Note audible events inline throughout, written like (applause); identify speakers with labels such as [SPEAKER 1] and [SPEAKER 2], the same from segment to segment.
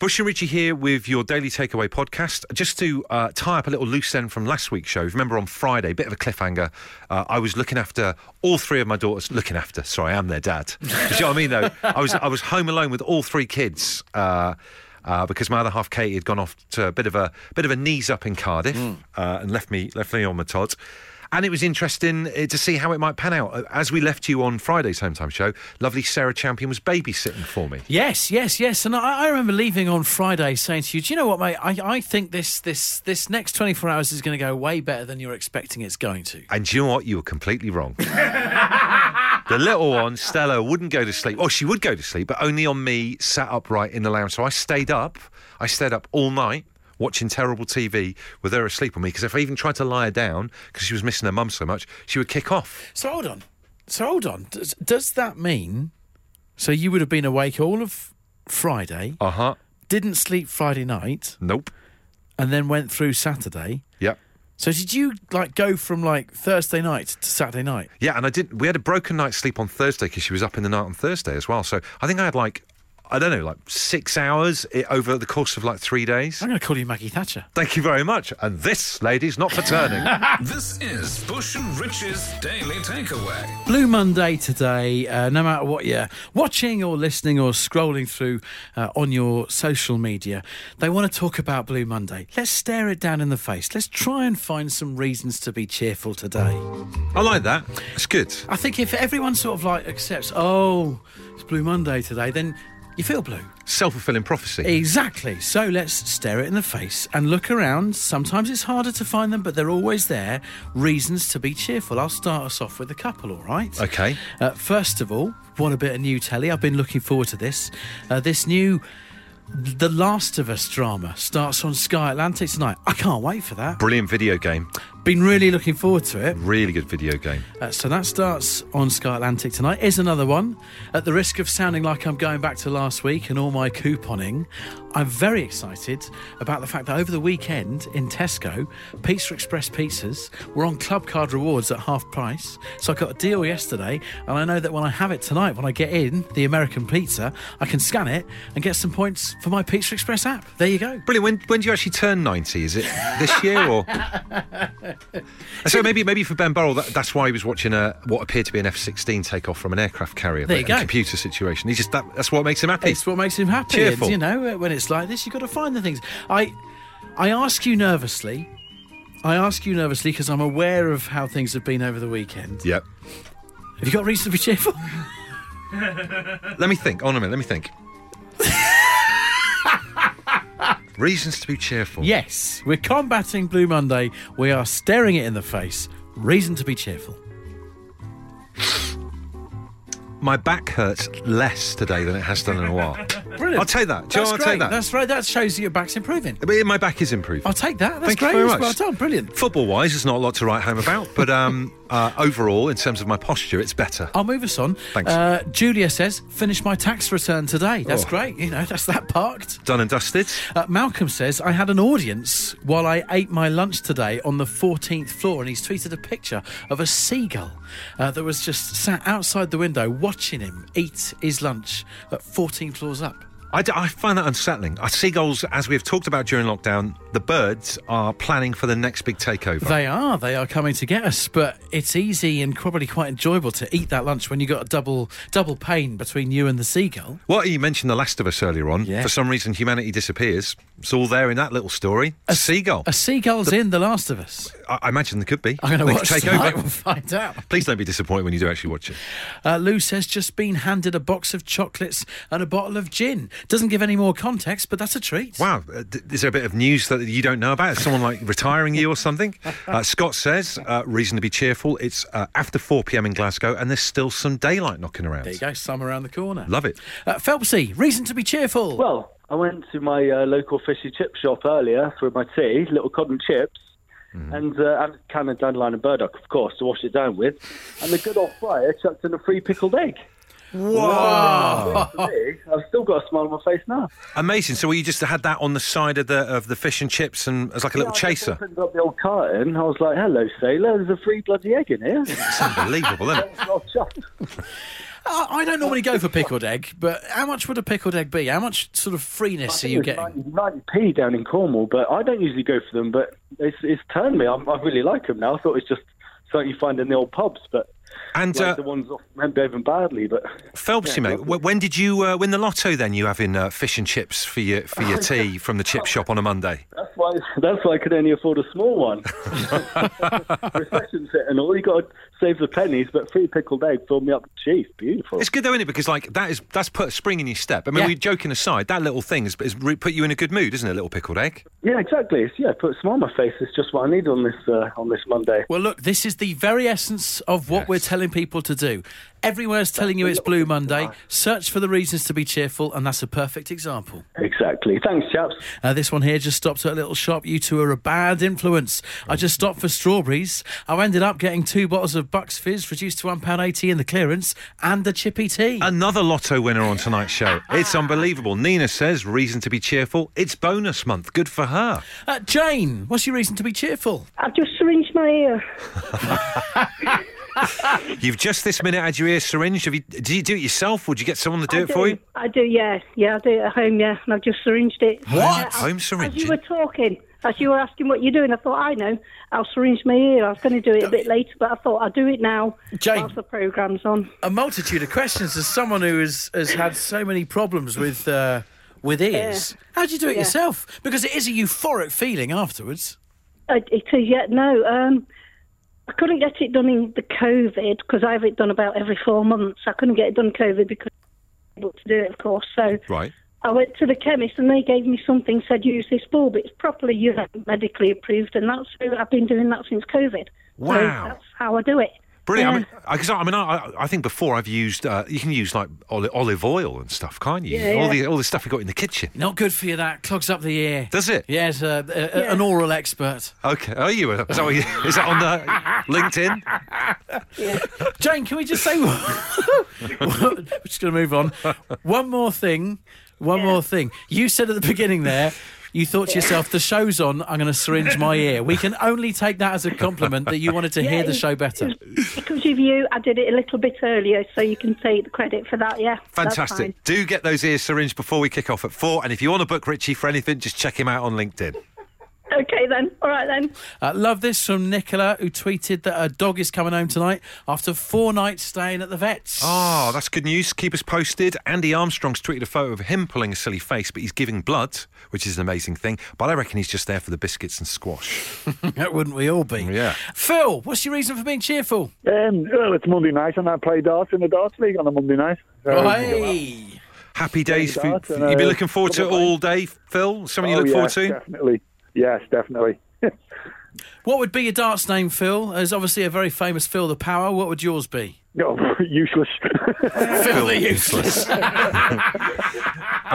[SPEAKER 1] Bush and Richie here with your daily takeaway podcast. Just to uh, tie up a little loose end from last week's show, if you remember on Friday, bit of a cliffhanger. Uh, I was looking after all three of my daughters. Looking after, sorry, I'm their dad. Do you know what I mean? Though I was I was home alone with all three kids. Uh, uh, because my other half, Katie, had gone off to a bit of a bit of a knees up in Cardiff uh, and left me left me on my tots. And it was interesting uh, to see how it might pan out. Uh, As we left you on Friday's Hometime Show, lovely Sarah Champion was babysitting for me.
[SPEAKER 2] Yes, yes, yes. And I, I remember leaving on Friday saying to you, "Do you know what, mate? I, I think this this this next twenty four hours is going to go way better than you're expecting it's going to."
[SPEAKER 1] And do you know what? You were completely wrong. the little one, Stella, wouldn't go to sleep. Oh, she would go to sleep, but only on me sat upright in the lounge. So I stayed up. I stayed up all night watching terrible TV with her asleep on me because if I even tried to lie her down because she was missing her mum so much, she would kick off.
[SPEAKER 2] So hold on. So hold on. Does, does that mean? So you would have been awake all of Friday,
[SPEAKER 1] Uh huh.
[SPEAKER 2] didn't sleep Friday night,
[SPEAKER 1] Nope.
[SPEAKER 2] and then went through Saturday.
[SPEAKER 1] Yep.
[SPEAKER 2] So did you like go from like Thursday night to Saturday night?
[SPEAKER 1] Yeah, and I did. We had a broken night's sleep on Thursday because she was up in the night on Thursday as well. So I think I had like, I don't know, like six hours i over the course of like three days.
[SPEAKER 2] I'm going to call you Maggie Thatcher.
[SPEAKER 1] Thank you very much. And this, ladies, not for turning.
[SPEAKER 3] This is Bush and Rich's Daily Takeaway.
[SPEAKER 2] Blue Monday today, uh, no matter what you're watching or listening or scrolling through uh, on your social media, they want to talk about Blue Monday. Let's stare it down in the face. Let's try and find some reasons to be cheerful today.
[SPEAKER 1] I like that. It's good.
[SPEAKER 2] I think if everyone sort of like accepts, oh, it's Blue Monday today, then you feel blue.
[SPEAKER 1] Self fulfilling prophecy.
[SPEAKER 2] Exactly. So let's stare it in the face and look around. Sometimes it's harder to find them, but they're always there. Reasons to be cheerful. I'll start us off with a couple, all right?
[SPEAKER 1] Okay.
[SPEAKER 2] Uh, first of all, want a bit of new telly. I've been looking forward to this. Uh, this new The Last of Us drama starts on Sky Atlantic tonight. I can't wait for that.
[SPEAKER 1] Brilliant video game.
[SPEAKER 2] Been really looking forward to it.
[SPEAKER 1] Really good video game.
[SPEAKER 2] Uh, so that starts on Sky Atlantic tonight. Is another one. At the risk of sounding like I'm going back to last week and all my couponing, I'm very excited about the fact that over the weekend in Tesco, Pizza Express pizzas were on Club Card Rewards at half price. So I got a deal yesterday, and I know that when I have it tonight, when I get in the American pizza, I can scan it and get some points for my Pizza Express app. There you go.
[SPEAKER 1] Brilliant. When, when do you actually turn 90? Is it this year
[SPEAKER 2] (laughs)
[SPEAKER 1] or? so maybe maybe for Ben Burrell, that, that's why he was watching a, what appeared to be an F 16 take off from an aircraft carrier.
[SPEAKER 2] There
[SPEAKER 1] but
[SPEAKER 2] you go.
[SPEAKER 1] A computer situation. He's just that, That's what makes him happy.
[SPEAKER 2] It's what makes him happy. and,
[SPEAKER 1] Cheerful.
[SPEAKER 2] you know, uh, when it's like this, you've got to find the things. I, I ask you nervously. I ask you nervously because I'm aware of how things have been over the weekend.
[SPEAKER 1] yep.
[SPEAKER 2] Have you got reason to be cheerful?
[SPEAKER 1] (laughs) Let me think. Hold on a minute. Let me
[SPEAKER 2] (laughs)
[SPEAKER 1] think. Reasons to be cheerful.
[SPEAKER 2] yes. We're combating Blue Monday. We are staring it in the face. Reason to be cheerful.
[SPEAKER 1] My back hurts less today than it has done in a
[SPEAKER 2] (laughs)
[SPEAKER 1] while.
[SPEAKER 2] Brilliant.
[SPEAKER 1] I'll take that. Do you
[SPEAKER 2] That's
[SPEAKER 1] know what?
[SPEAKER 2] great.
[SPEAKER 1] I'll take that.
[SPEAKER 2] That's right. That shows that your back's improving.
[SPEAKER 1] I mean, My back is improving.
[SPEAKER 2] I'll take that. That's
[SPEAKER 1] Thank
[SPEAKER 2] great.
[SPEAKER 1] you very
[SPEAKER 2] That's
[SPEAKER 1] much.
[SPEAKER 2] Well done. Brilliant.
[SPEAKER 1] Football wise, there's not a lot to write home about, but um, (laughs) uh, overall, in terms of my posture, it's better.
[SPEAKER 2] I'll move us on.
[SPEAKER 1] Thanks.
[SPEAKER 2] Uh, Julia says, finish my tax return today. That's
[SPEAKER 1] Oh.
[SPEAKER 2] great. You know, that's that parked.
[SPEAKER 1] Done and dusted.
[SPEAKER 2] Uh, Malcolm says, I had an audience while I ate my lunch today on the 14th floor, and he's tweeted a picture of a seagull uh, that was just sat outside the window watching him eat his lunch at 14 floors up.
[SPEAKER 1] I, d- I find that unsettling. Uh, seagulls, as we've talked about during lockdown, the birds are planning for the next big takeover.
[SPEAKER 2] They are, they are coming to get us, but it's easy and probably quite enjoyable to eat that lunch when you've got a double, double pain between you and the seagull.
[SPEAKER 1] Well, you mentioned The Last of Us earlier on.
[SPEAKER 2] Yeah.
[SPEAKER 1] For some reason, humanity disappears. It's all there in that little story. A seagull.
[SPEAKER 2] A seagull's in The Last of Us.
[SPEAKER 1] I-, I imagine there could be.
[SPEAKER 2] I'm
[SPEAKER 1] They
[SPEAKER 2] going to
[SPEAKER 1] could
[SPEAKER 2] watch
[SPEAKER 1] take
[SPEAKER 2] tonight.
[SPEAKER 1] over.
[SPEAKER 2] We'll find out.
[SPEAKER 1] Please don't be disappointed when you do actually watch it.
[SPEAKER 2] Uh, Lou says just been handed a box of chocolates and a bottle of gin. Doesn't give any more context, but that's a treat.
[SPEAKER 1] Wow, uh, d- is there a bit of news that you don't know about? Is someone like retiring you or
[SPEAKER 4] (laughs)
[SPEAKER 1] something? Uh, Scott says, uh, reason to be cheerful. It's uh, after 4 pm in Glasgow and there's still some daylight knocking around.
[SPEAKER 2] There you go, some around the corner.
[SPEAKER 1] Love it.
[SPEAKER 2] Uh, Phelpsy, reason to be cheerful.
[SPEAKER 4] Well, I went to my uh, local fishy chip shop earlier for my tea, little cotton chips,
[SPEAKER 1] Mm-hmm.
[SPEAKER 4] and uh, and can of dandelion and burdock, of course, to wash it down with. And the good old fryer chucked in a free
[SPEAKER 1] (laughs)
[SPEAKER 4] pickled egg. Wow! I've still got a smile on my face now.
[SPEAKER 1] Amazing. So, well, you just had that on the side of the of the fish and chips and as like a little
[SPEAKER 4] Yeah, I just
[SPEAKER 1] chaser.
[SPEAKER 4] opened up the old carton. I was
[SPEAKER 1] (laughs)
[SPEAKER 4] like, "Hello, sailor. There's a free bloody egg in here." (laughs)
[SPEAKER 1] It's unbelievable, isn't it?
[SPEAKER 4] It's not chuffed.
[SPEAKER 2] I I don't normally go for pickled egg, but how much would a pickled egg be? How much sort of freeness are you getting?
[SPEAKER 4] 90, p down in Cornwall, but I don't usually go for them. But it's, it's turned me. I'm, I really like them now. I thought it's just something you find in the old pubs, but
[SPEAKER 1] And
[SPEAKER 4] like
[SPEAKER 1] uh,
[SPEAKER 4] the ones off Mendhaven badly. But
[SPEAKER 1] Phelpsy, mate, wh- when did you uh, win the lotto? Then you having uh, fish and chips for your for
[SPEAKER 4] (laughs)
[SPEAKER 1] your tea from the chip shop on a Monday?
[SPEAKER 4] that's why that's why I could only afford a small one. Recession's hit and all. You got to save the pennies, but free pickled egg filled me up cheap. Beautiful.
[SPEAKER 1] It's good though, isn't it? Because like that is that's put a spring in your step. I mean,
[SPEAKER 2] Yeah.
[SPEAKER 1] we're joking aside, that little thing has, has re- put you in a good mood, isn't it? A little pickled egg.
[SPEAKER 4] Yeah, exactly. It's, yeah, put a smile on my face. It's just what I need on this uh, on this Monday.
[SPEAKER 2] Well, look, this is the very essence of what we're telling people to do. Everywhere's telling you it's Blue Monday. Search for the reasons to be cheerful, and that's a perfect example.
[SPEAKER 4] Exactly. Thanks, chaps.
[SPEAKER 2] Uh, this one here just stopped at a little shop. You two are a bad influence. I just stopped for strawberries. I ended up getting two bottles of Bucks Fizz, reduced to £1.80 in the clearance, and a chippy tea.
[SPEAKER 1] Another lotto winner on tonight's show. It's unbelievable. Nina says reason to be cheerful. It's bonus month. Good for her.
[SPEAKER 2] Uh, Jane, what's your reason to be cheerful?
[SPEAKER 5] I've just syringed my ear.
[SPEAKER 1] You've just this minute had your ear syringed. Have you? Do you do it yourself? Would you get someone to do
[SPEAKER 5] I
[SPEAKER 1] it for you?
[SPEAKER 5] I do, yeah. Yeah, I do it at home, yeah. And I've just syringed it.
[SPEAKER 1] What?
[SPEAKER 5] Uh, as-
[SPEAKER 1] Home
[SPEAKER 5] As
[SPEAKER 1] syringing?
[SPEAKER 5] you were talking, as you were asking what you're doing, I thought, I know. I'll syringe my ear. I was going to do it a bit later, but I thought I'll do it now
[SPEAKER 2] Jane.
[SPEAKER 5] whilst the programme's on.
[SPEAKER 2] A multitude of questions as someone who has, has had so many problems with, uh, with ears. How do you do it yourself? Because it is a euphoric feeling afterwards.
[SPEAKER 5] Uh, It is, yeah, no. Um, I couldn't get it done in the COVID because I have it done about every four months. I couldn't get it done COVID because I was able to do it, of course. So
[SPEAKER 1] Right.
[SPEAKER 5] I went to the chemist and they gave me something, said use this ball, but it's properly you know, medically approved, and that's I've been doing that since COVID.
[SPEAKER 1] Wow.
[SPEAKER 5] So that's how I do it.
[SPEAKER 1] Brilliant.
[SPEAKER 5] Yeah.
[SPEAKER 1] I mean, I, cause I, I mean, I, I think before I've used. Uh, you can use like oli- olive oil and stuff, can't you?
[SPEAKER 5] Yeah,
[SPEAKER 1] All
[SPEAKER 5] yeah.
[SPEAKER 1] the all the stuff you got in the kitchen.
[SPEAKER 2] Not good for you, that. Clogs up the ear.
[SPEAKER 1] Does it?
[SPEAKER 2] Yes, uh, uh, uh an oral expert.
[SPEAKER 1] Okay. Are you? Is that, what you, is that on
[SPEAKER 5] (laughs)
[SPEAKER 1] the LinkedIn?
[SPEAKER 2] Jane, can we just say one? (laughs) we're just going to move on. One more thing. One more thing. You said at the beginning there, you thought to yourself, "The show's on. I'm going to syringe my ear." We can only take that as a compliment that you wanted to hear the
[SPEAKER 5] it-
[SPEAKER 2] show better.
[SPEAKER 5] Because of you, I did it a little bit earlier, so you can take the credit for that, yeah. that's fine.
[SPEAKER 1] Fantastic. Do get those ears syringed before we kick off at four. And if you want to book Richie for anything, just check him out on LinkedIn.
[SPEAKER 5] Okay, then. All right, then.
[SPEAKER 2] Uh, love this from Nicola, who tweeted that her dog is coming home tonight after four nights staying at the vet's. (laughs)
[SPEAKER 1] Oh, that's good news. Keep us posted. Andy Armstrong's tweeted a photo of him pulling a silly face, but he's giving blood, which is an amazing thing. But I reckon he's just there for the biscuits and squash.
[SPEAKER 2] wouldn't we all be?
[SPEAKER 1] Yeah.
[SPEAKER 2] Phil, what's your reason for being cheerful?
[SPEAKER 6] Um, well, it's Monday night, and I play darts in the darts league on a Monday night. So,
[SPEAKER 2] Hey.
[SPEAKER 1] Happy days. For,
[SPEAKER 6] Darts and,
[SPEAKER 1] you'd be
[SPEAKER 6] uh,
[SPEAKER 1] looking forward to it all day, Phil. Something you
[SPEAKER 6] oh,
[SPEAKER 1] look forward
[SPEAKER 6] yes,
[SPEAKER 1] to?
[SPEAKER 6] Definitely. Yes, definitely. (laughs)
[SPEAKER 2] What would be your darts name, Phil? There's obviously a very famous Phil the Power. What would yours be?
[SPEAKER 6] No, (laughs) useless.
[SPEAKER 2] Phil the
[SPEAKER 6] (laughs)
[SPEAKER 2] Useless.
[SPEAKER 1] And,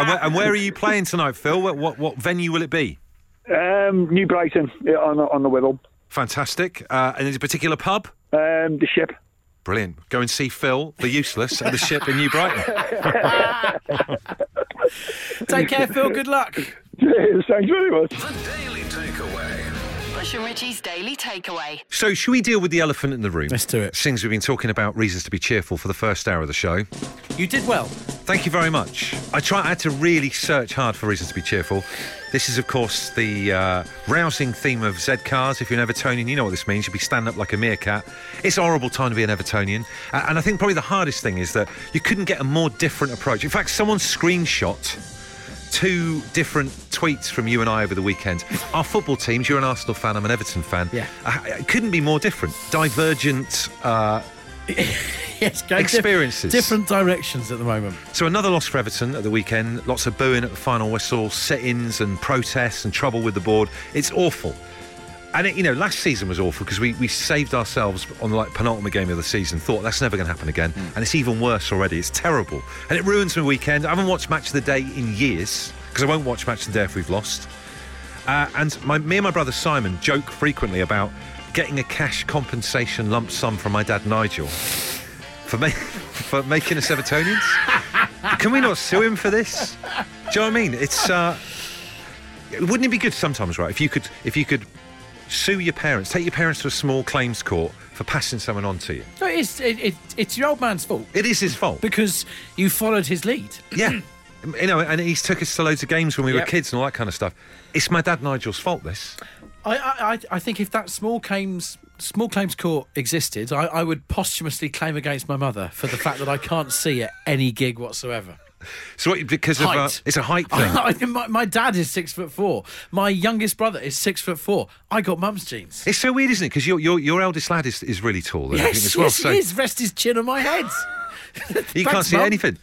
[SPEAKER 1] where, and where are you playing tonight, Phil? What, what, what venue will it be?
[SPEAKER 6] um, New Brighton yeah, on on the Whittle.
[SPEAKER 1] Fantastic. Uh, and there's a particular pub?
[SPEAKER 6] Um, the ship. (laughs)
[SPEAKER 1] Brilliant. Go and see Phil, the useless, at the ship in New Brighton.
[SPEAKER 2] Take care, Phil. Good luck.
[SPEAKER 6] Thanks very much.
[SPEAKER 3] The Daily Takeaway.
[SPEAKER 7] Bush and Richie's Daily Takeaway.
[SPEAKER 1] So, should we deal with the elephant in the room?
[SPEAKER 2] Let's do it.
[SPEAKER 1] Since we've been talking about reasons to be cheerful for the first hour of the show,
[SPEAKER 2] You did well.
[SPEAKER 1] thank you very much. I try. I had to really search hard for reasons to be cheerful. This is, of course, the uh, rousing theme of Z cars. If you're an Evertonian, you know what this means. You'll be standing up like a meerkat. It's a horrible time to be an Evertonian, A- and I think probably the hardest thing is that you couldn't get a more different approach. In fact, someone screenshot two different tweets from you and I over the weekend. Our football teams, you're an Arsenal fan, I'm an Everton fan.
[SPEAKER 2] Yeah.
[SPEAKER 1] Uh, it couldn't be more different. Divergent. Uh,
[SPEAKER 2] Yes, go diff-
[SPEAKER 1] Experiences.
[SPEAKER 2] different directions at the moment.
[SPEAKER 1] so another loss for Everton at the weekend. Lots of booing at the final whistle, sit-ins and protests and trouble with the board. It's awful. And it, you know, last season was awful because we, we saved ourselves on the like penultimate game of the season. Thought that's never going to happen again, and it's even worse already. It's terrible, and it ruins my weekend. I haven't watched Match of the Day in years because I won't watch Match of the Day if we've lost. Uh, and my, me and my brother Simon joke frequently about getting a cash compensation lump sum from my dad Nigel for, ma- (laughs) for making us Evertonians. Can we not sue him for this? Do you know what I mean? It's uh, wouldn't it be good sometimes, right? If you could, if you could Sue your parents. Take your parents to a small claims court for passing someone on to you.
[SPEAKER 2] No, it's it, it, it's your old man's fault
[SPEAKER 1] It is his fault.
[SPEAKER 2] because you followed his lead.
[SPEAKER 1] yeah. You know, and he's took us to loads of games when we
[SPEAKER 2] Yep.
[SPEAKER 1] were kids and all that kind of stuff. It's my dad Nigel's fault, this.
[SPEAKER 2] I, I, I- I think if that small claims small claims court existed, I, I would posthumously claim against my mother for the fact that I can't see at any gig whatsoever.
[SPEAKER 1] So what, because of uh,
[SPEAKER 2] Height.
[SPEAKER 1] it's a height thing.
[SPEAKER 2] (laughs) I, my, my dad is six foot four. My youngest brother is six foot four. I got mum's jeans.
[SPEAKER 1] It's so weird, isn't it? Because your, your your eldest lad is, is really tall. Then, I think,
[SPEAKER 2] Yes,
[SPEAKER 1] as well.
[SPEAKER 2] yes,
[SPEAKER 1] so
[SPEAKER 2] he is. Rest his chin on
[SPEAKER 1] (laughs)
[SPEAKER 2] my head.
[SPEAKER 1] You
[SPEAKER 2] Thanks,
[SPEAKER 1] can't see
[SPEAKER 2] Mum. (laughs)
[SPEAKER 1] anything.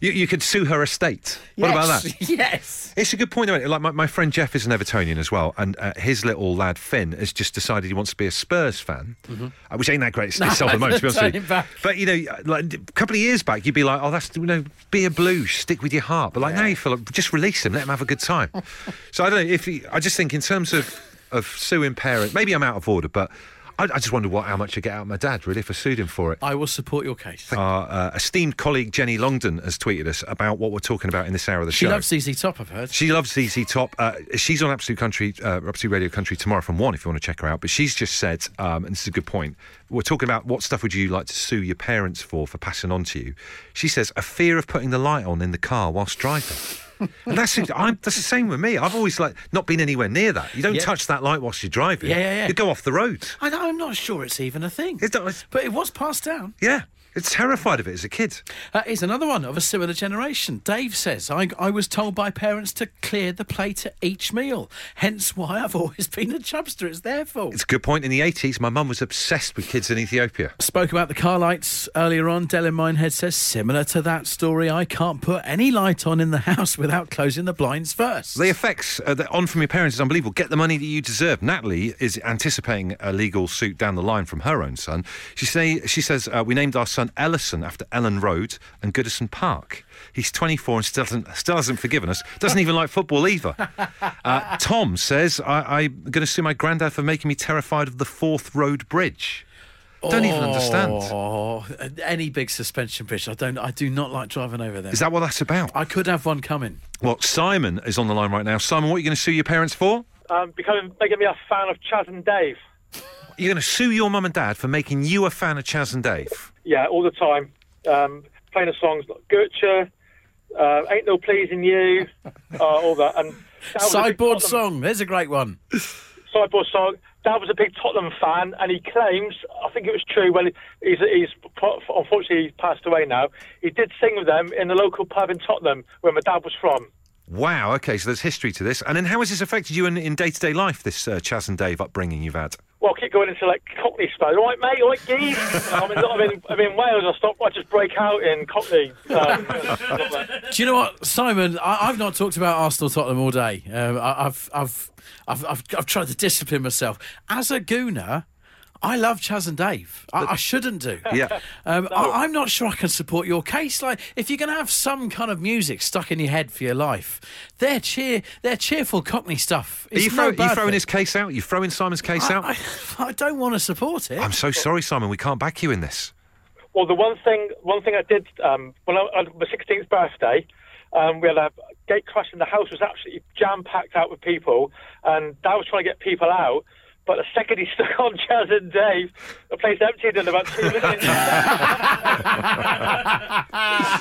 [SPEAKER 1] You, you could sue her estate. What about that?
[SPEAKER 2] (laughs) Yes.
[SPEAKER 1] It's a good point. Though. Like my, my friend Jeff is an Evertonian as well, and uh, his little lad Finn has just decided he wants to be a Spurs fan, uh, which ain't that
[SPEAKER 2] (laughs)
[SPEAKER 1] great itself at the moment, to be honest.
[SPEAKER 2] Turn
[SPEAKER 1] with you.
[SPEAKER 2] it Mm-hmm. back.
[SPEAKER 1] But you know, like a couple of years back, you'd be like, "Oh, that's you know, be a blue, stick with your heart." But like now, you feel like just release him, let him have a good
[SPEAKER 2] (laughs)
[SPEAKER 1] time. so I don't know if he, I just think in terms of of suing parents, maybe I'm out of order, but I, I just wonder what how much I get out of my dad really if I sued him for it.
[SPEAKER 2] I will support your case.
[SPEAKER 1] Our uh, esteemed colleague Jenny Longdon has tweeted us about what we're talking about in this hour of the
[SPEAKER 2] she
[SPEAKER 1] show.
[SPEAKER 2] loves ZZ Top, I've heard.
[SPEAKER 1] She loves ZZ Top. Uh, she's on Absolute Country, uh, Absolute Radio Country tomorrow from one. If you want to check her out, but she's just said, um, and this is a good point. We're talking about what stuff would you like to sue your parents for for passing on to you. She says a fear of putting the light on in the car whilst
[SPEAKER 2] (laughs)
[SPEAKER 1] driving. and that's I'm, that's the same with me. I've always like not been anywhere near that. You don't
[SPEAKER 2] Yeah.
[SPEAKER 1] touch that light whilst you're driving.
[SPEAKER 2] Yeah, yeah, yeah.
[SPEAKER 1] You go off the road.
[SPEAKER 2] I, I'm not sure it's even a thing.
[SPEAKER 1] It's not- it's-
[SPEAKER 2] but it was passed down.
[SPEAKER 1] Yeah, it's terrified of it as a kid.
[SPEAKER 2] Uh, here's another one of a similar generation. Dave says, I, I was told by parents to clear the plate at each meal, hence why I've (laughs) always been a chubster. It's their fault.
[SPEAKER 1] It's a good point. In the 80s, my mum was obsessed with kids in Ethiopia.
[SPEAKER 2] Spoke about the car lights earlier on. Dell in Minehead says, similar to that story, I can't put any light on in the (laughs) house without closing the blinds first.
[SPEAKER 1] The effects uh, that on from your parents is unbelievable. Get the money that you deserve. Natalie is anticipating a legal suit down the line from her own son. She say she says uh, we named our son Ellison after Ellen Road and Goodison Park. He's 24 and still hasn't, still hasn't forgiven us. Doesn't even like football either. Uh, Tom says I, I'm going to sue my granddad for making me terrified of the Fourth Road Bridge. Don't even understand.
[SPEAKER 2] Oh, any big suspension bridge. I don't. I do not like driving over them.
[SPEAKER 1] Is that what that's about?
[SPEAKER 2] I could have one coming.
[SPEAKER 1] Well, Simon is on the line right now. Simon, what are you going to sue your parents for?
[SPEAKER 8] um, becoming making me a fan of Chaz and Dave.
[SPEAKER 1] You're going to sue your mum and dad for making you a fan of Chaz and Dave.
[SPEAKER 8] Yeah, all the time. Um, playing the songs like Gertrude, uh, Ain't No Pleasing
[SPEAKER 2] (laughs)
[SPEAKER 8] You, uh, all that. And that was a big
[SPEAKER 2] Sideboard
[SPEAKER 8] Tottenham-
[SPEAKER 2] song. There's a great one.
[SPEAKER 8] Sideboard song. Dad was a big Tottenham fan, and he claims, I think it was true, well, he's, he's unfortunately he's passed away now. He did sing with them in the local pub in Tottenham where my dad was from.
[SPEAKER 1] Wow. Okay, so there's history to this. And then how has this affected you in, in day-to-day life? This uh, Chaz and Dave upbringing you've had.
[SPEAKER 8] Well, I keep going into like Cockney spell. All right, mate, all right,
[SPEAKER 2] (laughs)
[SPEAKER 8] geez. I'm, in, I'm, in, I'm in Wales. I stop. I just break out in
[SPEAKER 2] (laughs)
[SPEAKER 8] Cockney. Um,
[SPEAKER 2] Do you know what, Simon? I, I've not talked about Arsenal Tottenham all day. Um, I, I've, I've, I've, I've, I've tried to discipline myself. As a gooner, I love Chaz and Dave. I, I shouldn't do.
[SPEAKER 1] Yeah.
[SPEAKER 2] Um, I, I'm not sure I can support your case. Like, if you're going to have some kind of music stuck in your head for your life, their cheer, their cheerful Cockney stuff.
[SPEAKER 1] Are
[SPEAKER 2] Is
[SPEAKER 1] you, throw,
[SPEAKER 2] no
[SPEAKER 1] are
[SPEAKER 2] bad
[SPEAKER 1] you throwing
[SPEAKER 2] thing.
[SPEAKER 1] his case out? Are you throwing Simon's case out?
[SPEAKER 2] I, I, (laughs) I don't want to support it.
[SPEAKER 1] I'm so sorry, Simon. We can't back you in this.
[SPEAKER 8] Well, the one thing, one thing I did um, when I on my 16th birthday, um, we had a gate crash, and the house was absolutely jam packed out with people, and Dad was trying to get people out. But the second he (laughs) stuck on Chaz and Dave, the place emptied in about two (laughs) minutes.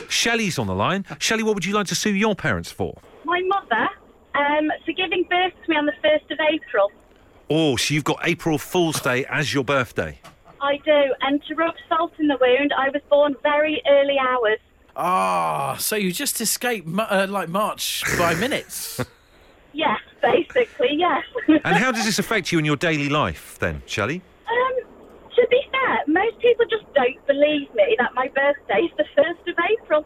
[SPEAKER 1] Shelley's on the
[SPEAKER 2] (laughs)
[SPEAKER 1] line. Shelley, what would you like to sue your parents for?
[SPEAKER 9] my mother um, for giving birth to me on the 1st of April.
[SPEAKER 1] Oh, so you've got April Fool's Day as your birthday.
[SPEAKER 9] I do. And to rub salt in the wound, I was born very early hours.
[SPEAKER 2] Ah, so you just escaped mu- uh, like March
[SPEAKER 1] (laughs)
[SPEAKER 2] by minutes.
[SPEAKER 9] Yes, basically,
[SPEAKER 5] (laughs)
[SPEAKER 9] yes.
[SPEAKER 1] And how does this affect you in your daily life then, Shelley?
[SPEAKER 9] um, to be fair, most people just don't believe me that my birthday is the 1st of April.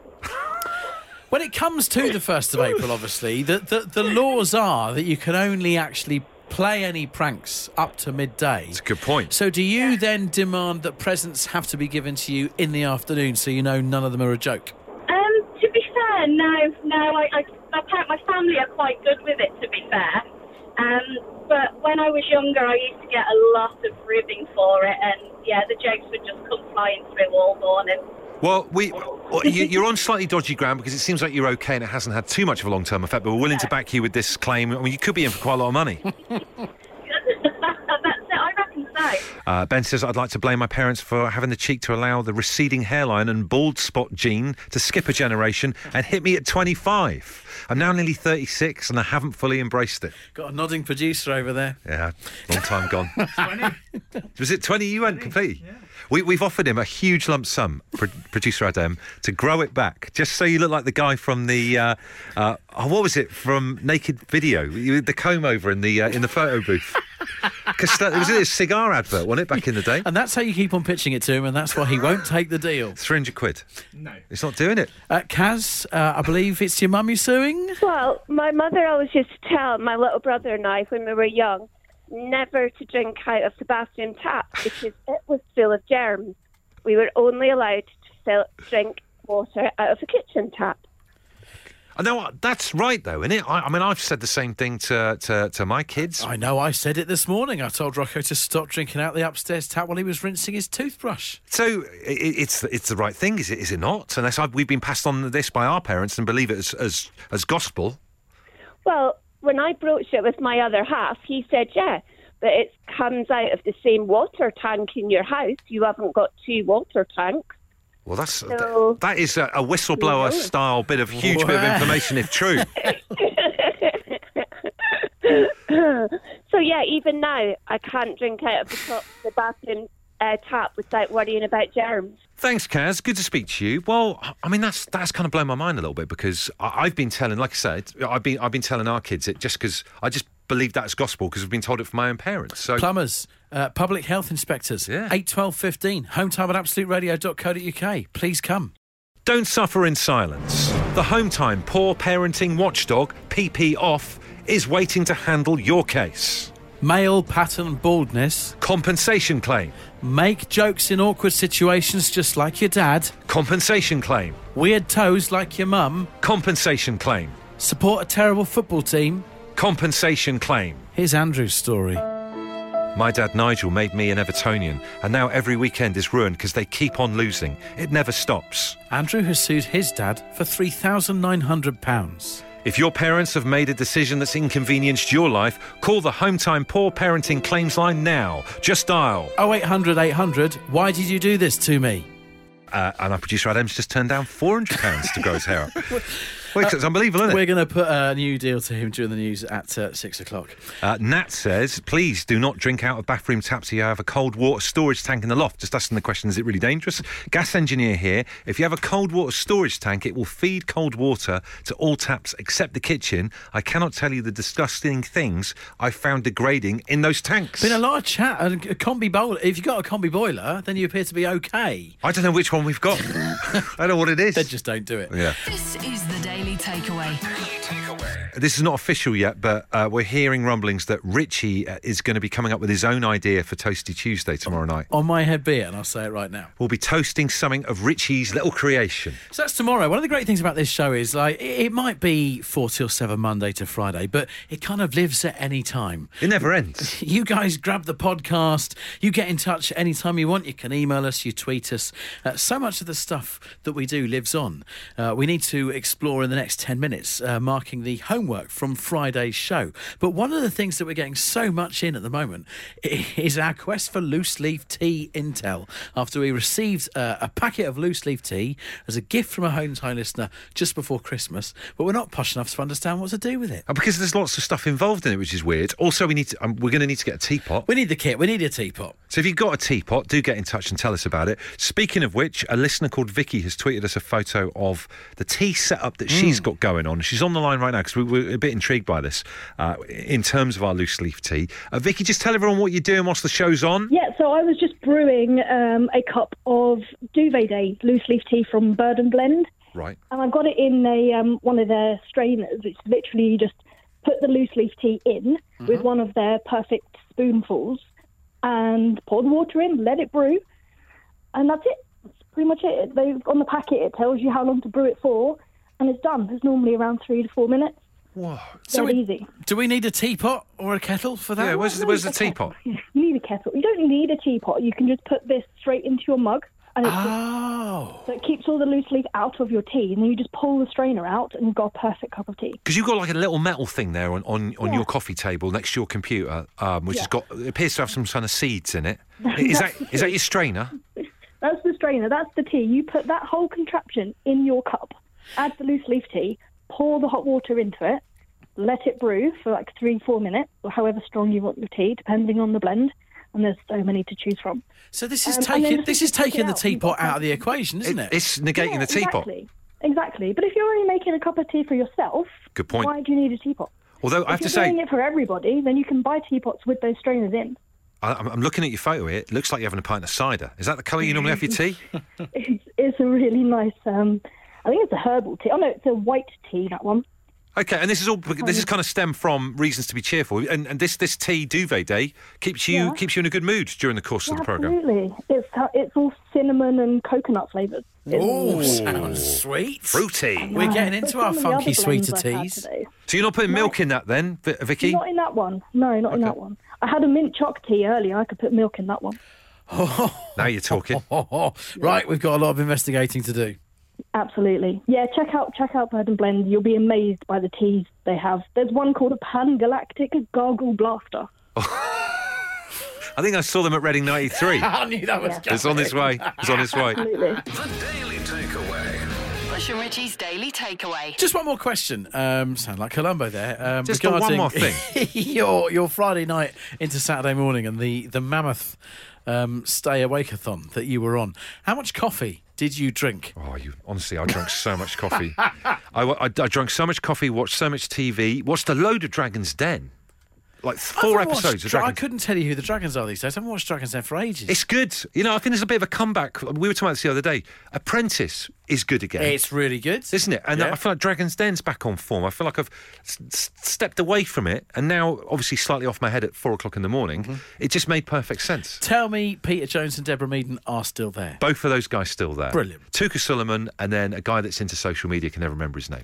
[SPEAKER 2] When it comes to the 1st of April, obviously, the, the, the laws are that you can only actually play any pranks up to midday.
[SPEAKER 1] It's a good point.
[SPEAKER 2] So, do you then demand that presents have to be given to you in the afternoon so you know none of them are a joke?
[SPEAKER 9] Um, to be fair, no, no. I, I, my, par- my family are quite good with it, to be fair. Um, but when I was younger, I used to get a lot of ribbing for it, and yeah, the jokes would just come flying through all morning. (laughs)
[SPEAKER 1] Well, we well, you- you're on slightly dodgy ground because it seems like you're okay and it hasn't had too much of a long-term effect. But we're willing to back you with this claim. I mean, you could be in for quite a lot of money.
[SPEAKER 9] no.
[SPEAKER 1] Uh, ben says, I'd like to blame my parents for having the cheek to allow the receding hairline and bald spot gene to skip a generation and hit me at 25. I'm now nearly 36 and I haven't fully embraced it.
[SPEAKER 2] Got a nodding producer over there.
[SPEAKER 1] Yeah, long time gone. Was it 20 you went completely? We, we've offered him a huge lump sum, pro- producer Adam, to grow it back, just so you look like the guy from the, uh, uh, oh, what was it, from Naked Video, You- the comb over in the uh, in the photo booth. (laughs) Because it was a cigar advert, wasn't it, back in the
[SPEAKER 2] (laughs)
[SPEAKER 1] day?
[SPEAKER 2] And that's how you keep on pitching it to him, and that's why he won't take the deal.
[SPEAKER 1] 300 quid. No. It's not doing it.
[SPEAKER 2] Uh, Kaz, uh, I believe it's your mummy suing.
[SPEAKER 5] Well, my mother always used to tell my little brother and I when we were young never to drink out of the bathroom tap because it was full of germs. We were only allowed to fill, drink water out of the kitchen tap.
[SPEAKER 1] I know that's right, though, isn't it? I, I mean, I've said the same thing to, to, to my kids.
[SPEAKER 2] I know I said it this morning. I told Rocco to stop drinking out the upstairs tap while he was rinsing his toothbrush.
[SPEAKER 1] So i- i it's it's the right thing, is it? Is it not? Unless I, we've been passed on this by our parents and believe it as as, as gospel.
[SPEAKER 5] Well, when I broached it with my other half, he said, yeah, but it comes out of the same water tank in your house. You haven't got two water tanks.
[SPEAKER 1] Well, that's th-
[SPEAKER 5] No.
[SPEAKER 1] that is a, a whistleblower
[SPEAKER 5] No.
[SPEAKER 1] style bit of huge bit of
[SPEAKER 2] Wow.
[SPEAKER 1] information, if
[SPEAKER 5] (laughs)
[SPEAKER 1] true.
[SPEAKER 5] So yeah, even now I can't drink out of the, top, the bathroom uh, tap without worrying about germs.
[SPEAKER 1] Thanks, Kaz. Good to speak to you. Well, I mean that's that's kind of blown my mind a little bit because I, I've been telling, like I said, I've been I've been telling our kids it just because I just believe that's gospel because I've been told it from my own parents. So
[SPEAKER 2] Plumbers, uh, public health inspectors,
[SPEAKER 1] Yeah.
[SPEAKER 2] 8, 12, 15, home time at absoluteradio.co.uk. Please come.
[SPEAKER 1] Don't suffer in silence. The home time poor parenting watchdog PP off is waiting to handle your case.
[SPEAKER 2] Male pattern baldness.
[SPEAKER 1] Compensation claim.
[SPEAKER 2] Make jokes in awkward situations just like your dad.
[SPEAKER 1] Compensation claim.
[SPEAKER 2] Weird toes like your mum.
[SPEAKER 1] Compensation claim.
[SPEAKER 2] Support a terrible football team.
[SPEAKER 1] Compensation claim.
[SPEAKER 2] Here's Andrew's story.
[SPEAKER 1] My dad Nigel made me an Evertonian, and now every weekend is ruined because they keep on losing. It never stops.
[SPEAKER 2] Andrew has sued his dad for £3,900.
[SPEAKER 1] If your parents have made a decision that's inconvenienced your life, call the Hometime Poor Parenting Claims Line now. Just dial.
[SPEAKER 2] 0800 800, why did you do this to me?
[SPEAKER 1] Uh, and our producer Adam's just turned down £400 to grow his hair up. Wait, it's unbelievable, isn't it?
[SPEAKER 2] We're going to put a new deal to him during the news at uh, six o'clock.
[SPEAKER 1] Uh, Nat says, please do not drink out of bathroom taps. You have a cold water storage tank in the loft. Just asking the question, is it really dangerous? Gas engineer here. If you have a cold water storage tank, it will feed cold water to all taps except the kitchen. I cannot tell you the disgusting things I found degrading in those tanks.
[SPEAKER 2] Been a lot of chat and a combi boiler. If you've got a combi boiler, then you appear to be okay.
[SPEAKER 1] I don't know which one we've got. (laughs) I don't know what it is.
[SPEAKER 2] Then just don't do it.
[SPEAKER 1] yeah.
[SPEAKER 7] This is the Daily Takeaway.
[SPEAKER 3] Daily Takeaway.
[SPEAKER 1] This is not official yet, but uh, we're hearing rumblings that Richie uh, is going to be coming up with his own idea for Toasty Tuesday tomorrow night.
[SPEAKER 2] On my head be it, and I'll say it right now.
[SPEAKER 1] We'll be toasting something of Richie's little creation.
[SPEAKER 2] So that's tomorrow. One of the great things about this show is like it it might be four till seven Monday to Friday, but it kind of lives at any time.
[SPEAKER 1] It never ends.
[SPEAKER 2] You guys grab the podcast. You get in touch anytime you want. You can email us, you tweet us. Uh, so much of the stuff that we do lives on. Uh, we need to explore in the next 10 minutes, uh, marking the homework from Friday's show. But one of the things that we're getting so much in at the moment (laughs) i- is our quest for loose leaf tea intel after we received uh, a packet of loose leaf tea as a gift from a hometown listener just before Christmas, but we're not posh enough to understand what to do with it.
[SPEAKER 1] Uh, Because there's lots of stuff involved in it, which is weird. Also, we need to, um, we're going to need to get a teapot.
[SPEAKER 2] We need the kit, we need a teapot.
[SPEAKER 1] So if you've got a teapot, do get in touch and tell us about it. Speaking of which, a listener called Vicky has tweeted us a photo of the tea setup that she's got going on. She's on the line right now because we were a bit intrigued by this uh, in terms of our loose leaf tea. Uh, Vicky, just tell everyone what you're doing whilst the show's on.
[SPEAKER 6] Yeah, so I was just brewing um, a cup of Duvet Day loose leaf tea from Bird and Blend,
[SPEAKER 1] Right.
[SPEAKER 6] and I've got it in a um, one of their strainers. It's literally you just put the loose leaf tea in with one of their perfect spoonfuls, and pour the water in, let it brew, and that's it. That's pretty much it. They on the packet it tells you how long to brew it for, and it's done. It's normally around three to four minutes.
[SPEAKER 1] Whoa.
[SPEAKER 2] So
[SPEAKER 6] Dead
[SPEAKER 2] we-
[SPEAKER 6] easy.
[SPEAKER 2] Do we need a teapot or a kettle for that?
[SPEAKER 1] Yeah, where's the, where's the teapot?
[SPEAKER 6] You need a kettle. You don't need a teapot. You can just put this straight into your mug. And it's
[SPEAKER 2] oh.
[SPEAKER 6] So it keeps all the loose leaf out of your tea, and then you just pull the strainer out, and you've got a perfect cup of tea.
[SPEAKER 1] Because you've got like a little metal thing there on, on, on your coffee table next to your computer, um, which has got it appears to have some kind of seeds in
[SPEAKER 6] (laughs)
[SPEAKER 1] it. Is that is that your strainer?
[SPEAKER 6] That's the strainer. That's the tea. You put that whole contraption in your cup, add the loose leaf tea, pour the hot water into it, let it brew for like three, four minutes, or however strong you want your tea, depending on the blend. And there's so many to choose from.
[SPEAKER 2] So this is
[SPEAKER 6] Um, and then
[SPEAKER 2] taking
[SPEAKER 6] just
[SPEAKER 2] this is
[SPEAKER 6] stick it
[SPEAKER 2] taking the
[SPEAKER 6] out and you've
[SPEAKER 2] teapot out of the equation, isn't it?
[SPEAKER 1] It's negating
[SPEAKER 6] Yeah,
[SPEAKER 1] the teapot.
[SPEAKER 6] Exactly. Exactly. But if you're only making a cup of tea for yourself,
[SPEAKER 1] Good point.
[SPEAKER 6] why do you need a teapot?
[SPEAKER 1] Although
[SPEAKER 6] if
[SPEAKER 1] I have to
[SPEAKER 6] you're
[SPEAKER 1] say,
[SPEAKER 6] doing it for everybody, then you can buy teapots with those strainers in.
[SPEAKER 1] I, I'm, I'm looking at your photo here. It looks like you're having a pint of cider. Is that the colour you normally have for your
[SPEAKER 6] (laughs)
[SPEAKER 1] tea?
[SPEAKER 6] It's, it's a really nice. Um, I think it's a herbal tea. Oh no, it's a white tea. That one.
[SPEAKER 1] Okay, and this is all. This is kind of stem from reasons to be cheerful, and, and this this tea duvet day keeps you
[SPEAKER 6] Yeah.
[SPEAKER 1] keeps you in a good mood during the course of the program.
[SPEAKER 6] Absolutely. It's uh, it's all cinnamon and coconut flavoured.
[SPEAKER 2] Oh, sounds sweet.
[SPEAKER 1] Fruity.
[SPEAKER 2] We're getting into our funky sweeter teas.
[SPEAKER 1] So you're not putting milk in that then, Vi- Vicky?
[SPEAKER 6] Not in that one. No, not in that one. I had a mint choc tea earlier. I could put milk in that one.
[SPEAKER 1] Now you're
[SPEAKER 6] (laughs)
[SPEAKER 1] talking.
[SPEAKER 2] (laughs) Right, we've got a lot of investigating to do. (laughs)
[SPEAKER 6] Absolutely. Yeah, check out check out Bird and Blend. You'll be amazed by the teas they have. There's one called a Pan Galactic Gargle Blaster.
[SPEAKER 1] I think I saw them at Reading '93.
[SPEAKER 2] I knew that was
[SPEAKER 1] It's on its way. It's on its
[SPEAKER 2] (laughs)
[SPEAKER 1] way.
[SPEAKER 6] Absolutely.
[SPEAKER 3] The Daily Takeaway.
[SPEAKER 7] Bush and Richie's Daily Takeaway.
[SPEAKER 2] Just one more question. Um, sound like Columbo there. Um,
[SPEAKER 1] Just the one
[SPEAKER 2] regarding
[SPEAKER 1] more thing.
[SPEAKER 2] (laughs) your your Friday night into Saturday morning and the the mammoth um, stay awake-a-thon that you were on. How much coffee did you drink?
[SPEAKER 1] Oh, you honestly, I drank so much coffee. I, wa- I, I drank so much coffee, watched so much TV, watched a load of Dragon's Den, like four
[SPEAKER 2] I haven't watched
[SPEAKER 1] episodes of
[SPEAKER 2] Dra- I
[SPEAKER 1] Dragon's.
[SPEAKER 2] couldn't tell you who the dragons are these days. I haven't watched Dragons Den for ages.
[SPEAKER 1] It's good. You know, I think there's a bit of a comeback. We were talking about this the other day. Apprentice is good again.
[SPEAKER 2] It's really good,
[SPEAKER 1] isn't it? And
[SPEAKER 2] Yeah.
[SPEAKER 1] I feel like Dragon's Den's back on form. I feel like I've s- s- stepped away from it, and now obviously slightly off my head at four o'clock in the morning.
[SPEAKER 2] Mm-hmm.
[SPEAKER 1] It just made perfect sense.
[SPEAKER 2] Tell me, Peter Jones and Deborah Meaden are still there.
[SPEAKER 1] Both of those guys still there.
[SPEAKER 2] Brilliant.
[SPEAKER 1] Tuka Suleiman, and then a guy that's into social media can never remember his name.